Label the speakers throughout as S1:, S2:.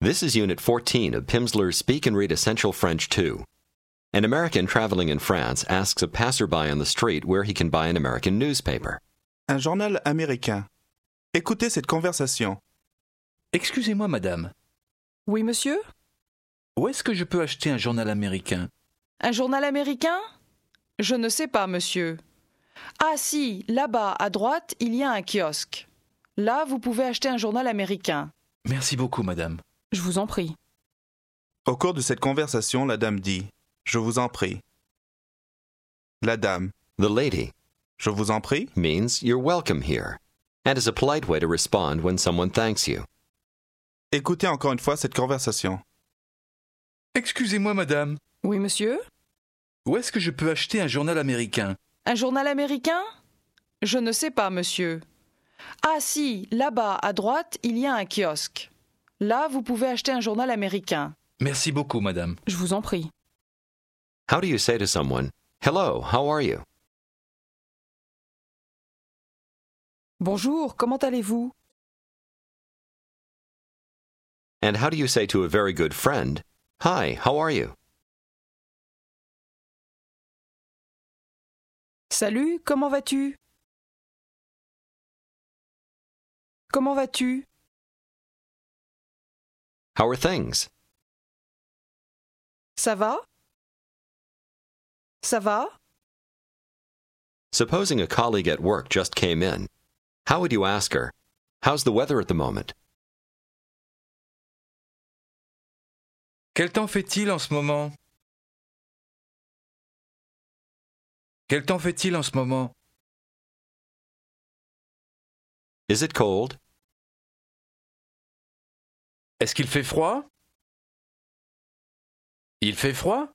S1: This is Unit 14 of Pimsleur's Speak and Read Essential French 2. An American traveling in France asks a passerby on the street where he can buy an American newspaper.
S2: Un journal américain. Écoutez cette conversation.
S3: Excusez-moi, madame,
S4: Oui, monsieur
S3: où est-ce que je peux acheter un journal américain
S4: Un journal américain Je ne sais pas, monsieur. Ah si, là-bas, à droite, il y a un kiosque. Là, vous pouvez acheter un journal américain.
S3: Merci beaucoup, madame.
S4: Je vous en prie.
S2: Au cours de cette conversation, la dame dit Je vous en prie. La dame
S1: The lady
S2: Je vous en prie
S1: means you're welcome here and is a polite way to respond when someone thanks you.
S2: Écoutez encore une fois cette conversation.
S3: Excusez-moi, madame,
S4: Oui, monsieur
S3: où est-ce que je peux acheter un journal américain
S4: Un journal américain Je ne sais pas, monsieur. Ah si, là-bas, à droite, il y a un kiosque. Là, vous pouvez acheter un journal américain.
S3: Merci beaucoup, madame.
S4: Je vous en prie.
S1: How do you say to someone, Hello, how are you?
S4: Bonjour, comment allez-vous
S1: And how do you say to a very good friend, Hi, how are you?
S4: Salut, comment vas-tu Comment vas-tu
S1: How are things?
S4: Ça va Ça va
S1: Supposing a colleague at work just came in, how would you ask her, How's the weather at the moment?
S3: Quel temps fait-il en ce moment Quel temps fait-il en ce moment
S1: Is it cold?
S3: Est-ce qu'il fait froid Il fait froid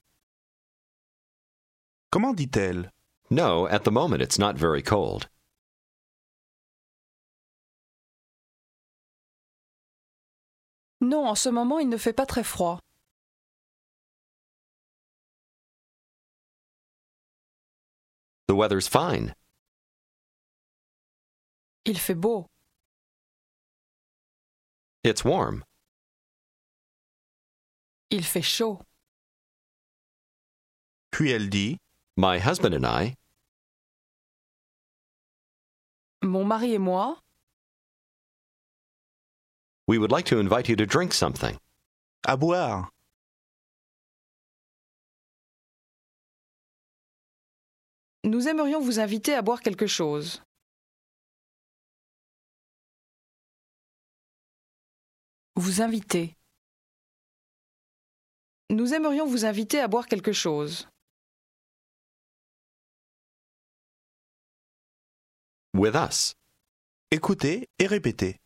S2: Comment dit-elle
S1: No, at the moment it's not very cold.
S4: Non, en ce moment, il ne fait pas très froid.
S1: The weather's fine.
S4: Il fait beau.
S1: It's warm.
S4: Il fait chaud.
S2: Puis elle dit
S1: My husband and I,
S4: Mon mari et moi,
S1: we would like to invite you to drink something.
S2: À boire.
S4: nous aimerions vous inviter à boire quelque chose. Vous inviter. Nous aimerions vous inviter à boire quelque chose.
S1: With us.
S2: Écoutez et répétez.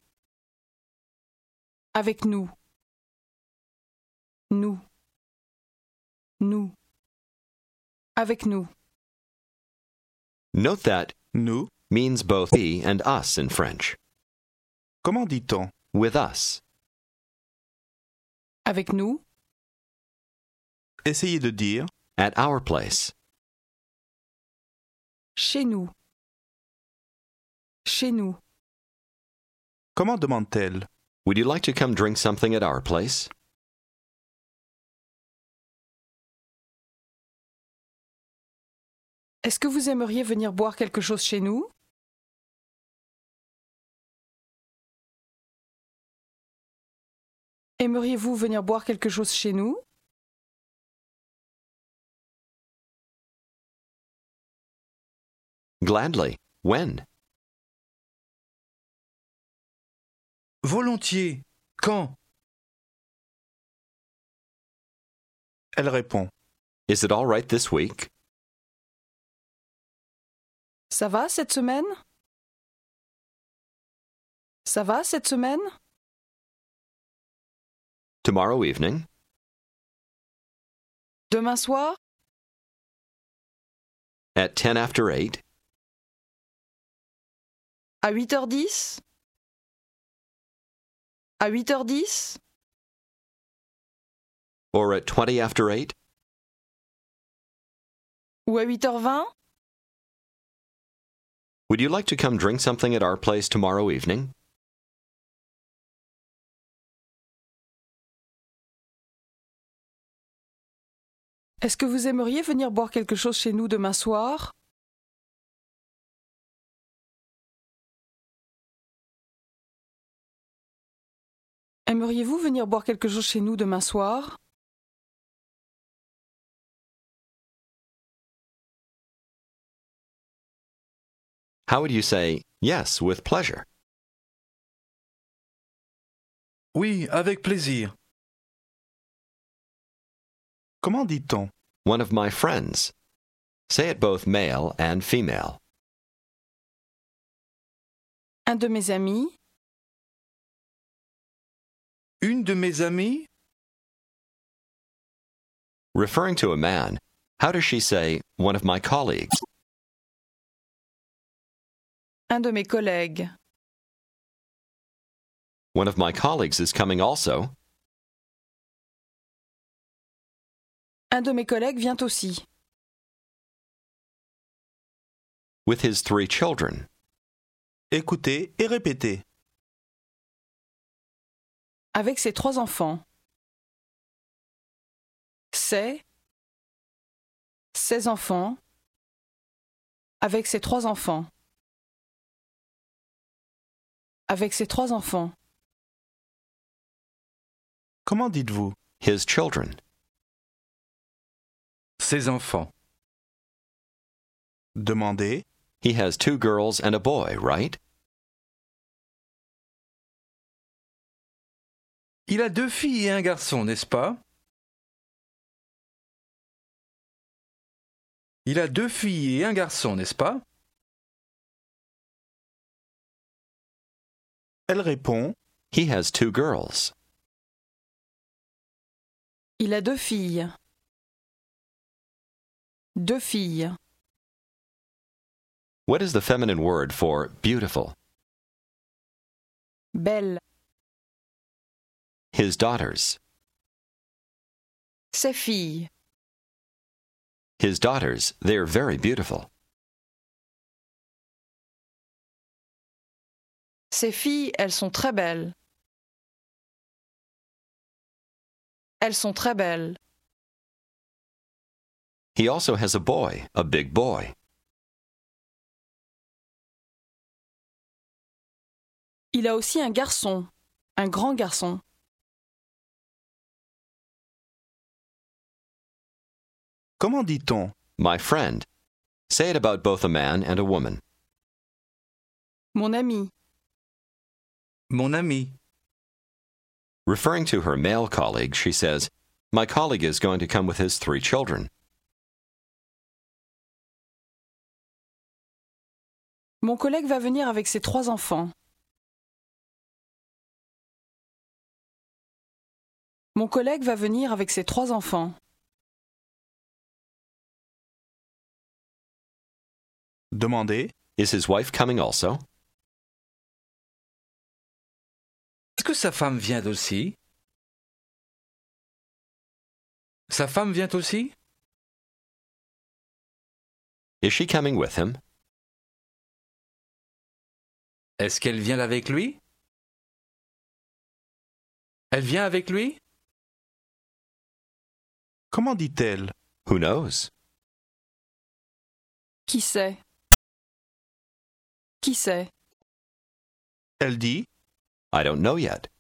S4: Avec nous. Nous. Nous. Avec nous.
S1: Note that
S2: Nous
S1: means both he and us in French.
S2: Comment dit-on
S1: With us.
S4: Avec nous.
S2: Essayez de dire
S1: At our place.
S4: Chez nous. Chez nous.
S2: Comment demande-t-elle
S1: Would you like to come drink something at our place?
S4: Est-ce que vous aimeriez venir boire quelque chose chez nous Aimeriez-vous venir boire quelque chose chez nous
S1: Gladly. When?
S3: Volontiers. Quand
S2: Elle répond
S1: Is it all right this week?
S4: Ça va cette semaine Ça va cette semaine
S1: Tomorrow evening?
S4: Demain soir
S1: At 10 after 8?
S4: À 8h10 À 8h10
S1: Or at 20 after 8?
S4: Ou à 8h20
S1: Would you like to come drink something at our place tomorrow evening?
S4: Est-ce que vous aimeriez venir boire quelque chose chez nous demain soir Aimeriez-vous venir boire quelque chose chez nous demain soir
S1: How would you say, Yes, with pleasure?
S3: Oui, avec plaisir.
S2: Comment dit-on
S1: One of my friends. Say it both male and female.
S4: Un de mes amis,
S3: Une de mes amies
S1: Referring to a man, how does she say, One of my colleagues?
S4: un de mes collègues,
S1: One of my colleagues is coming also.
S4: un de mes collègues vient aussi,
S1: With his three children.
S2: Écoutez et répétez.
S4: avec ses trois enfants. C'est ses enfants, avec ses trois enfants, avec ses trois enfants,
S2: Comment dites-vous
S1: His children.
S3: Ses enfants.
S2: Demandez.
S1: He has two girls and a boy, right?
S3: Il a deux filles et un garçon, n'est-ce pas Il a deux filles et un garçon, n'est-ce pas
S2: Elle répond.
S1: He has two girls.
S4: il a deux filles. Deux filles.
S1: What is the feminine word for beautiful?
S4: Belle.
S1: His daughters.
S4: Ses filles.
S1: His daughters, they're very beautiful.
S4: Ses filles, elles sont très belles. Elles sont très belles.
S1: He also has a boy, a big boy.
S4: Il a aussi un garçon, un grand garçon.
S2: Comment dit-on
S1: My friend. Say it about both a man and a woman.
S4: Mon ami,
S3: Mon ami.
S1: Referring to her male colleague, she says, My colleague is going to come with his three children.
S4: mon collègue va venir avec ses trois enfants. Mon collègue va venir avec ses trois enfants.
S2: Demandez.
S1: Is his wife coming also?
S3: Est-ce que sa femme vient aussi Sa femme vient aussi
S1: Is she coming with him?
S3: Est-ce qu'elle vient avec lui Elle vient avec lui
S2: Comment dit-elle
S1: Who knows?
S4: Qui sait Qui sait
S2: Elle dit.
S1: I don't know yet.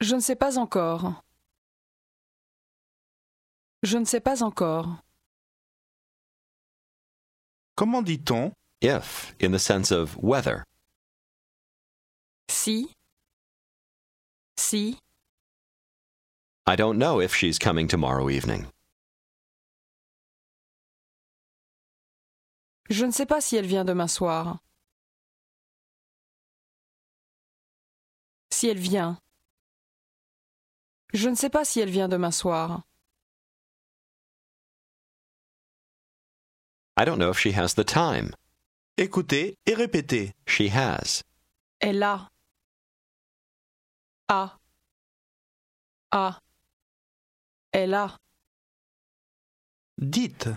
S4: Je ne sais pas encore. Je ne sais pas encore.
S2: Comment dit-on
S1: If, in the sense of whether,
S4: Si. Si.
S1: I don't know if she's coming tomorrow evening.
S4: Je ne sais pas si elle vient demain soir. Si elle vient. Je ne sais pas si elle vient demain soir.
S1: I don't know if she has the time.
S2: Écoutez et répétez.
S1: She has.
S4: Elle a. A. A. Elle a.
S2: Dites.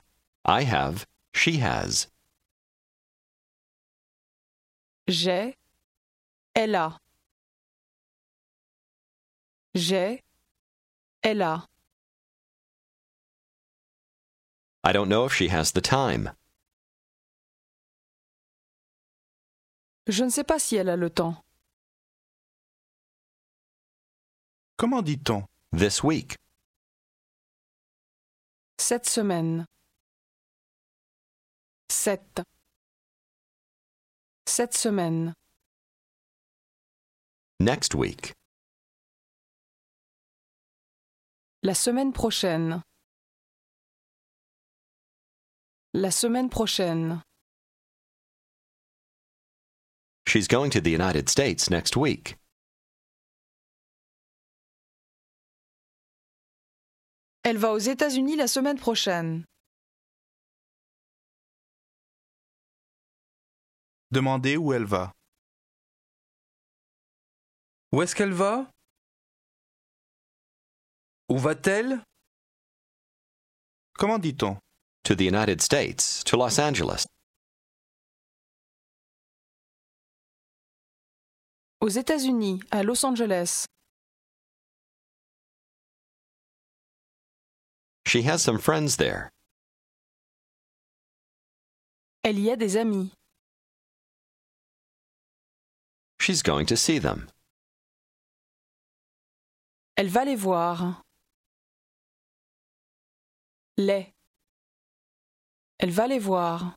S1: I have. She has.
S4: J'ai. Elle a. J'ai. Elle a.
S1: I don't know if she has the time.
S4: Je ne sais pas si elle a le temps.
S2: Comment dit-on
S1: This week.
S4: Cette semaine. Sept. Cette semaine.
S1: Next week.
S4: La semaine prochaine. La semaine prochaine.
S1: She's going to the United States next week.
S4: Elle va aux États-Unis la semaine prochaine.
S2: Demandez où elle va.
S3: Où est-ce qu'elle va Où va-t-elle
S2: Comment dit-on
S1: To the United States, to Los Angeles.
S4: Aux États-Unis, à Los Angeles.
S1: She has some friends there.
S4: Elle y a des amis.
S1: She's going to see them.
S4: Elle va les voir. Les. Elle va les voir.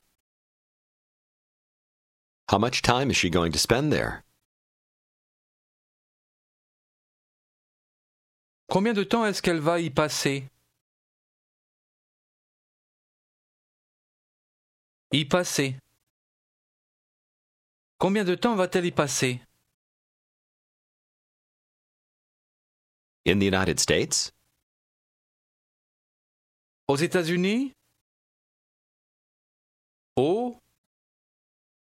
S1: How much time is she going to spend there?
S3: Combien de temps est-ce qu'elle va y passer Y passer. Combien de temps va-t-elle y passer
S1: In the United States?
S3: Aux États-Unis Aux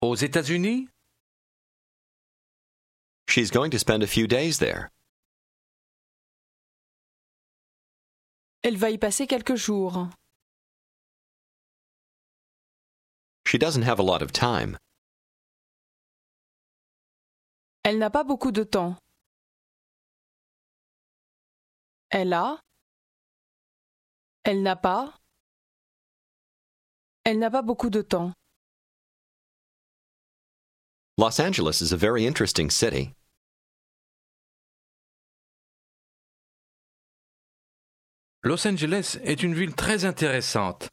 S3: Aux États-Unis
S1: She's going to spend a few days there.
S4: Elle va y passer quelques jours.
S1: She doesn't have a lot of time.
S4: Elle n'a pas beaucoup de temps. Elle a. Elle n'a pas. Elle n'a pas beaucoup de temps.
S1: Los Angeles is a very interesting city.
S3: Los Angeles est une ville très intéressante.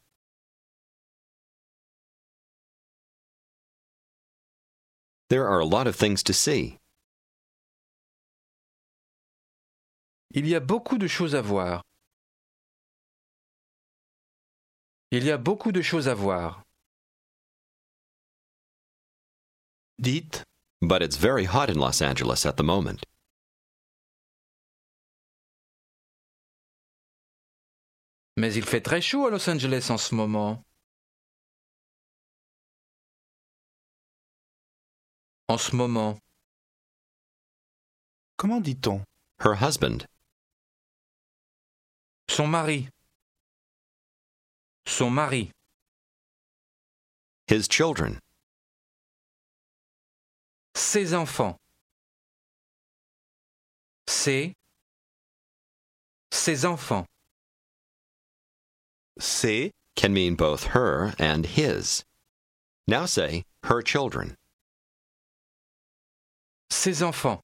S1: There are a lot of things to see.
S3: Il y a beaucoup de choses à voir. Il y a beaucoup de choses à voir.
S2: Dites,
S1: But it's very hot in Los Angeles at the moment.
S3: Mais il fait très chaud à Los Angeles en ce moment. En ce moment,
S2: comment dit-on
S1: Her husband.
S3: son mari. Son mari,
S1: His children.
S3: ses enfants. Ses. Ses enfants.
S2: C'est
S1: Can mean both her and his. Now say, her children.
S3: Ses enfants.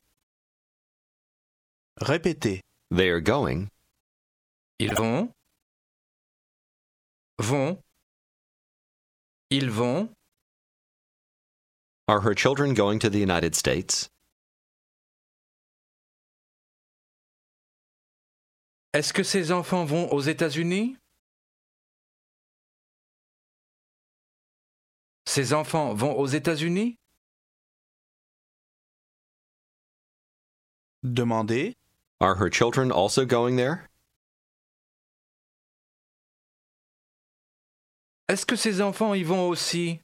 S2: répéter.
S1: They are going.
S3: Ils vont. Vont. Ils vont.
S1: Are her children going to the United States?
S3: Est-ce que ses enfants vont aux États-Unis Ses enfants vont aux États-Unis
S2: Demandez,
S1: Are her children also going there?
S3: Est-ce que ses enfants y vont aussi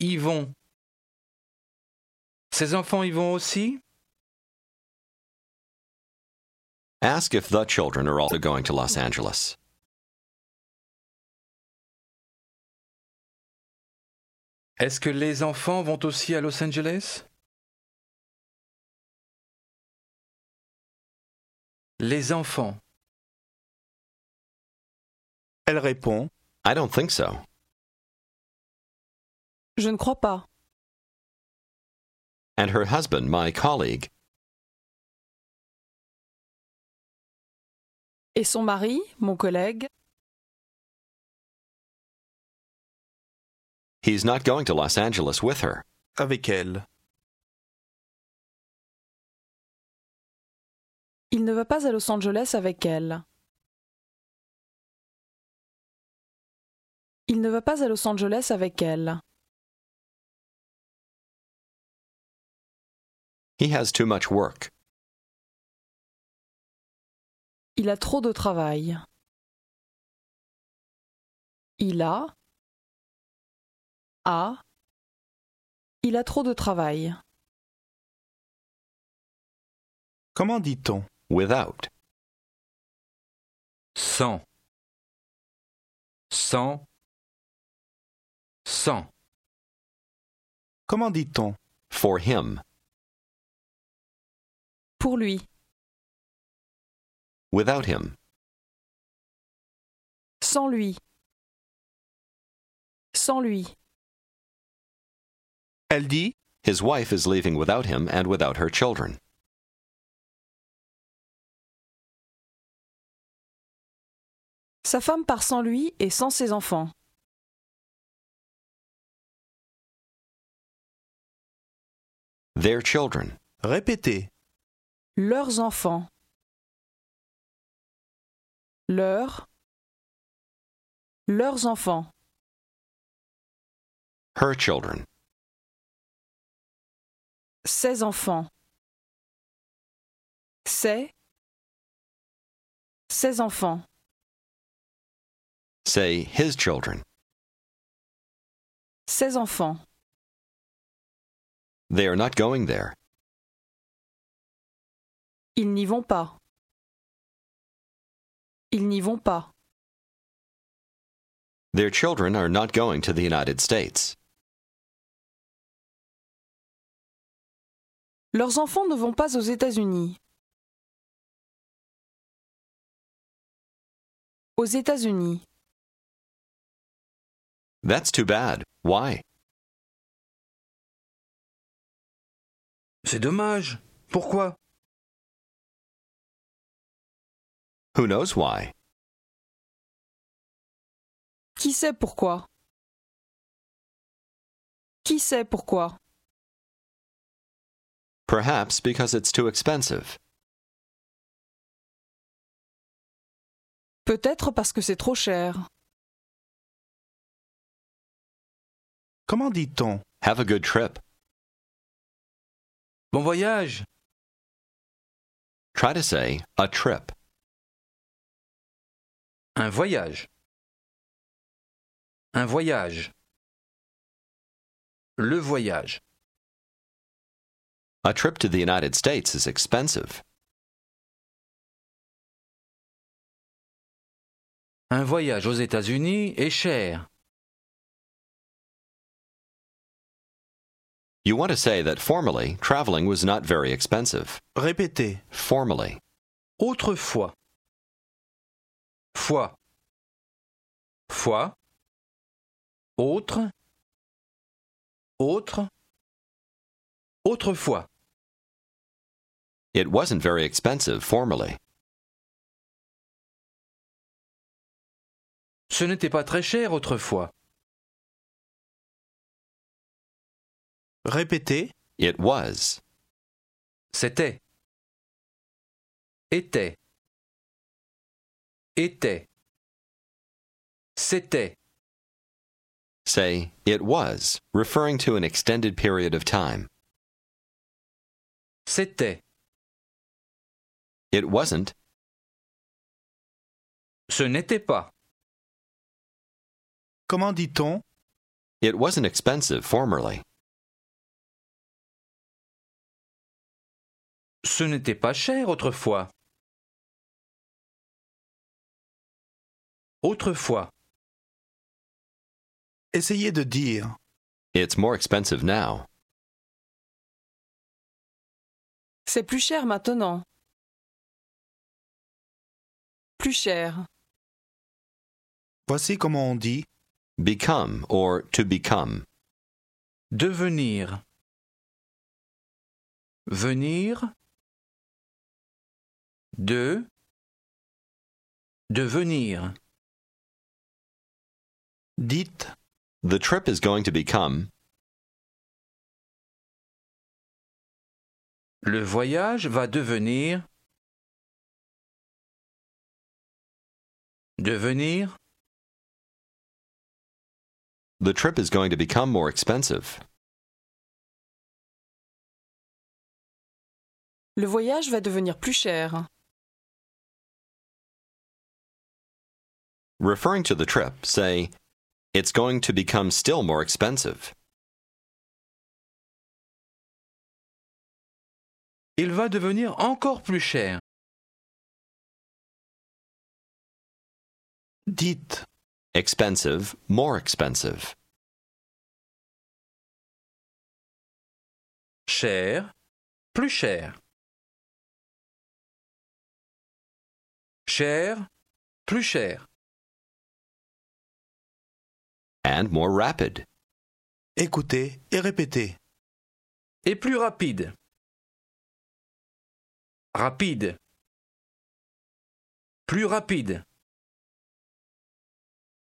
S3: Y vont. Ses enfants y vont aussi
S1: Ask if the children are also going to Los Angeles.
S3: Est-ce que les enfants vont aussi à Los Angeles Les enfants.
S2: Elle répond
S1: I don't think so.
S4: Je ne crois pas.
S1: And her husband, my colleague,
S4: Et son mari, mon collègue,
S1: he's not going to Los Angeles with her.
S2: avec elle.
S4: il ne va pas à Los Angeles avec elle. Il ne va pas à Los Angeles avec elle.
S1: He has too much work.
S4: Il a trop de travail. Il a. A. Il a trop de travail.
S2: Comment dit-on
S1: Without.
S3: Sans. Sans. Sans.
S2: Comment dit-on
S1: For him.
S4: Pour lui,
S1: Without him.
S4: sans lui. Sans lui,
S2: Elle dit
S1: His wife is leaving without him and without her children.
S4: sa femme part sans lui et sans ses enfants.
S1: Their children.
S2: Répétez.
S4: Leurs enfants. Leurs. Leurs enfants.
S1: Her children.
S4: Ses enfants. Ses. Ses enfants.
S1: Say his children.
S4: Ses enfants.
S1: They are not going there.
S4: Ils n'y vont pas. Ils n'y vont pas.
S1: Their children are not going to the United States.
S4: Leurs enfants ne vont pas aux États-Unis. Aux États-Unis.
S1: That's too bad. Why?
S3: C'est dommage. Pourquoi
S1: Who knows why?
S4: Qui sait pourquoi Qui sait pourquoi
S1: Perhaps because it's too expensive.
S4: Peut-être parce que c'est trop cher.
S2: Comment dit-on
S1: Have a good trip.
S3: Bon voyage.
S1: Try to say a trip.
S3: Un voyage. Un voyage. Le voyage.
S1: A trip to the United States is expensive.
S3: Un voyage aux États-Unis est cher.
S1: You want to say that formerly, traveling was not very expensive.
S2: Répétez.
S1: Formerly.
S3: Autrefois. Fois. Fois. Autre. Autre. Autrefois.
S1: It wasn't very expensive formerly.
S3: Ce n'était pas très cher autrefois.
S2: Répétez.
S1: It was.
S3: C'était. Était. Était. C'était.
S1: Say, it was, referring to an extended period of time.
S3: C'était.
S1: It wasn't.
S3: Ce n'était pas.
S2: Comment dit-on
S1: It wasn't expensive formerly.
S3: Ce n'était pas cher autrefois. Autrefois.
S2: Essayez de dire.
S1: It's more expensive now.
S4: C'est plus cher maintenant. Plus cher.
S2: Voici comment on dit
S1: Become or to become.
S3: Devenir. Venir. De. Devenir.
S2: dites,
S1: The trip is going to become.
S3: Le voyage va devenir. Devenir.
S1: The trip is going to become more expensive.
S4: Le voyage va devenir plus cher.
S1: Referring to the trip, say, It's going to become still more expensive.
S3: Il va devenir encore plus cher.
S2: dites,
S1: Expensive, more expensive.
S3: Cher. Plus cher. Cher. Plus cher.
S1: And more rapid.
S2: écoutez et répétez.
S3: Et plus rapide. Rapide. Plus rapide.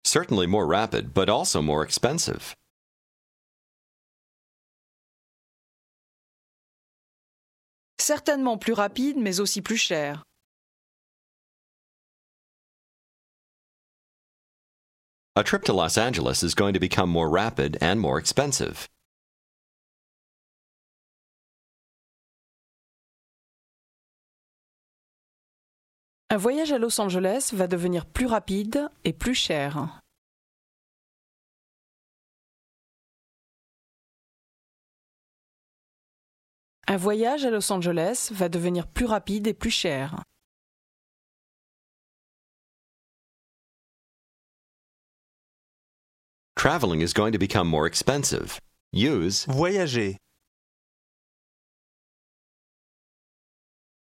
S1: Certainly more rapid, but also more expensive.
S5: Certainement plus rapide, mais aussi plus cher.
S1: A trip to Los Angeles is going to become more rapid and more expensive.
S4: Un voyage à Los Angeles va devenir plus rapide et plus cher. Un voyage à Los Angeles va devenir plus rapide et plus cher.
S1: Traveling is going to become more expensive. Use
S2: Voyager,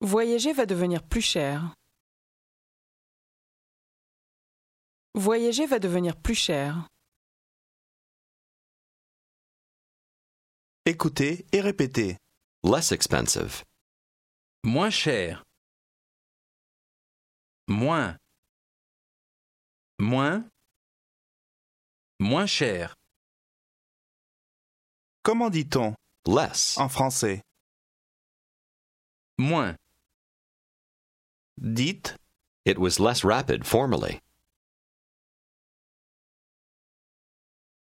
S4: Voyager va devenir plus cher. Voyager va devenir plus cher.
S2: écoutez et répétez.
S1: less expensive.
S3: Moins cher. Moins. Moins. Moins cher.
S2: Comment dit-on
S1: Less.
S2: en français
S3: Moins.
S2: Dites,
S1: It was less rapid formerly.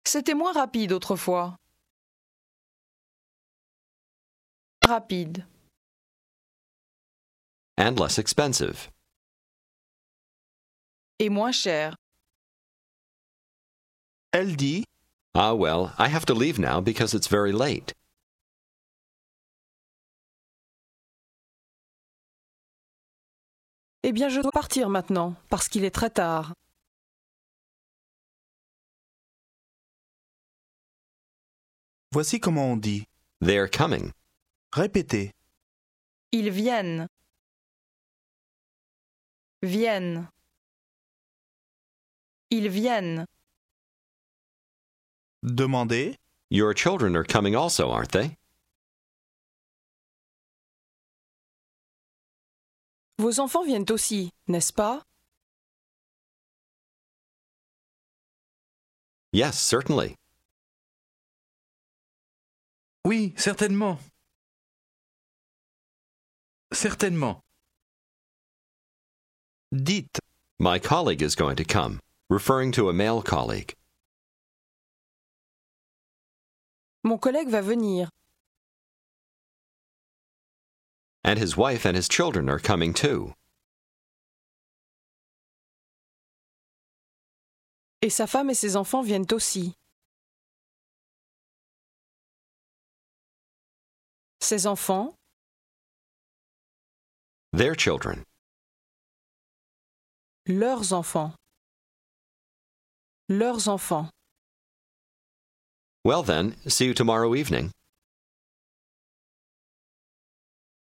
S5: C'était moins rapide autrefois. Rapide.
S1: And less expensive.
S5: Et moins cher.
S2: elle dit,
S1: Ah, well, I have to leave now because it's very late.
S4: Eh bien, je dois partir maintenant, parce qu'il est très tard.
S2: voici comment on dit.
S1: They're coming.
S2: Répétez,
S5: Ils viennent. Viennent. Ils viennent.
S2: demandez,
S1: Your children are coming also, aren't they?
S4: Vos enfants viennent aussi, n'est-ce pas
S1: Yes, certainly.
S3: Oui, certainement. Certainement.
S2: dites,
S1: My colleague is going to come, referring to a male colleague.
S4: Mon collègue va venir,
S1: And his wife and his children are coming too.
S4: et sa femme et ses enfants viennent aussi. Ses enfants,
S1: Their children.
S4: leurs enfants. Leurs enfants.
S1: Well, then, see you tomorrow evening.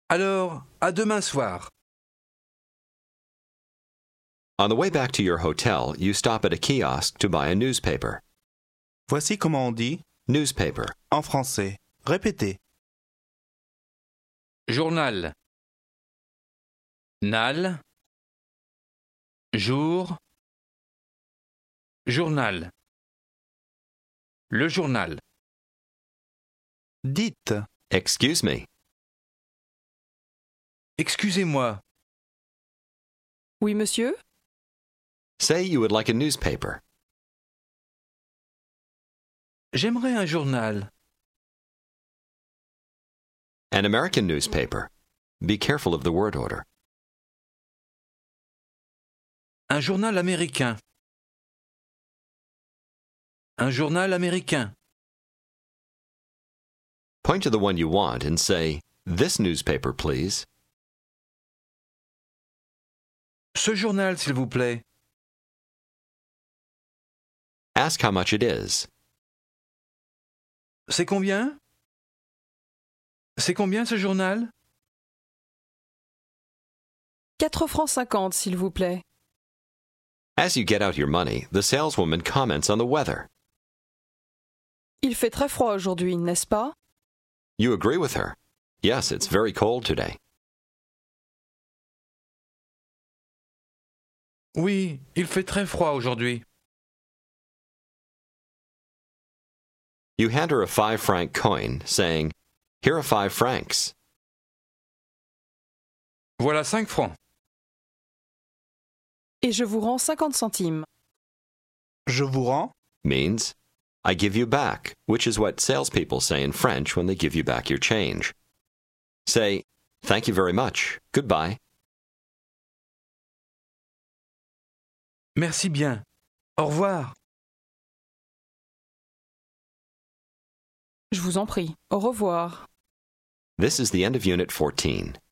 S3: Alors, à demain soir.
S1: On the way back to your hotel, you stop at a kiosk to buy a newspaper.
S2: Voici comment on dit
S1: Newspaper.
S2: en français. Répétez.
S3: Journal. Nal. Jour. Journal. Le journal.
S2: Dites.
S1: Excuse me.
S3: Excusez-moi,
S4: Oui, monsieur
S1: Say you would like a newspaper.
S3: j'aimerais un journal.
S1: An American newspaper. Be careful of the word order.
S3: Un journal américain. Un journal américain.
S1: Point to the one you want and say, This newspaper, please.
S3: Ce journal, s'il vous plaît.
S1: Ask how much it is.
S3: C'est combien C'est combien ce journal
S4: 4 francs 50, s'il vous plaît.
S1: As you get out your money, the saleswoman comments on the weather.
S4: Il fait très froid aujourd'hui, n'est-ce pas
S1: You agree with her. Yes, it's very cold today.
S3: Oui, il fait très froid aujourd'hui.
S1: You hand her a five franc coin, saying, Here are five francs.
S3: Voilà 5 francs.
S4: Et je vous rends 50 centimes.
S2: Je vous rends.
S1: Means, I give you back, which is what salespeople say in French when they give you back your change. Say, Thank you very much. Goodbye.
S3: Merci bien. Au revoir.
S4: Je vous en prie. Au revoir.
S1: This is the end of Unit 14.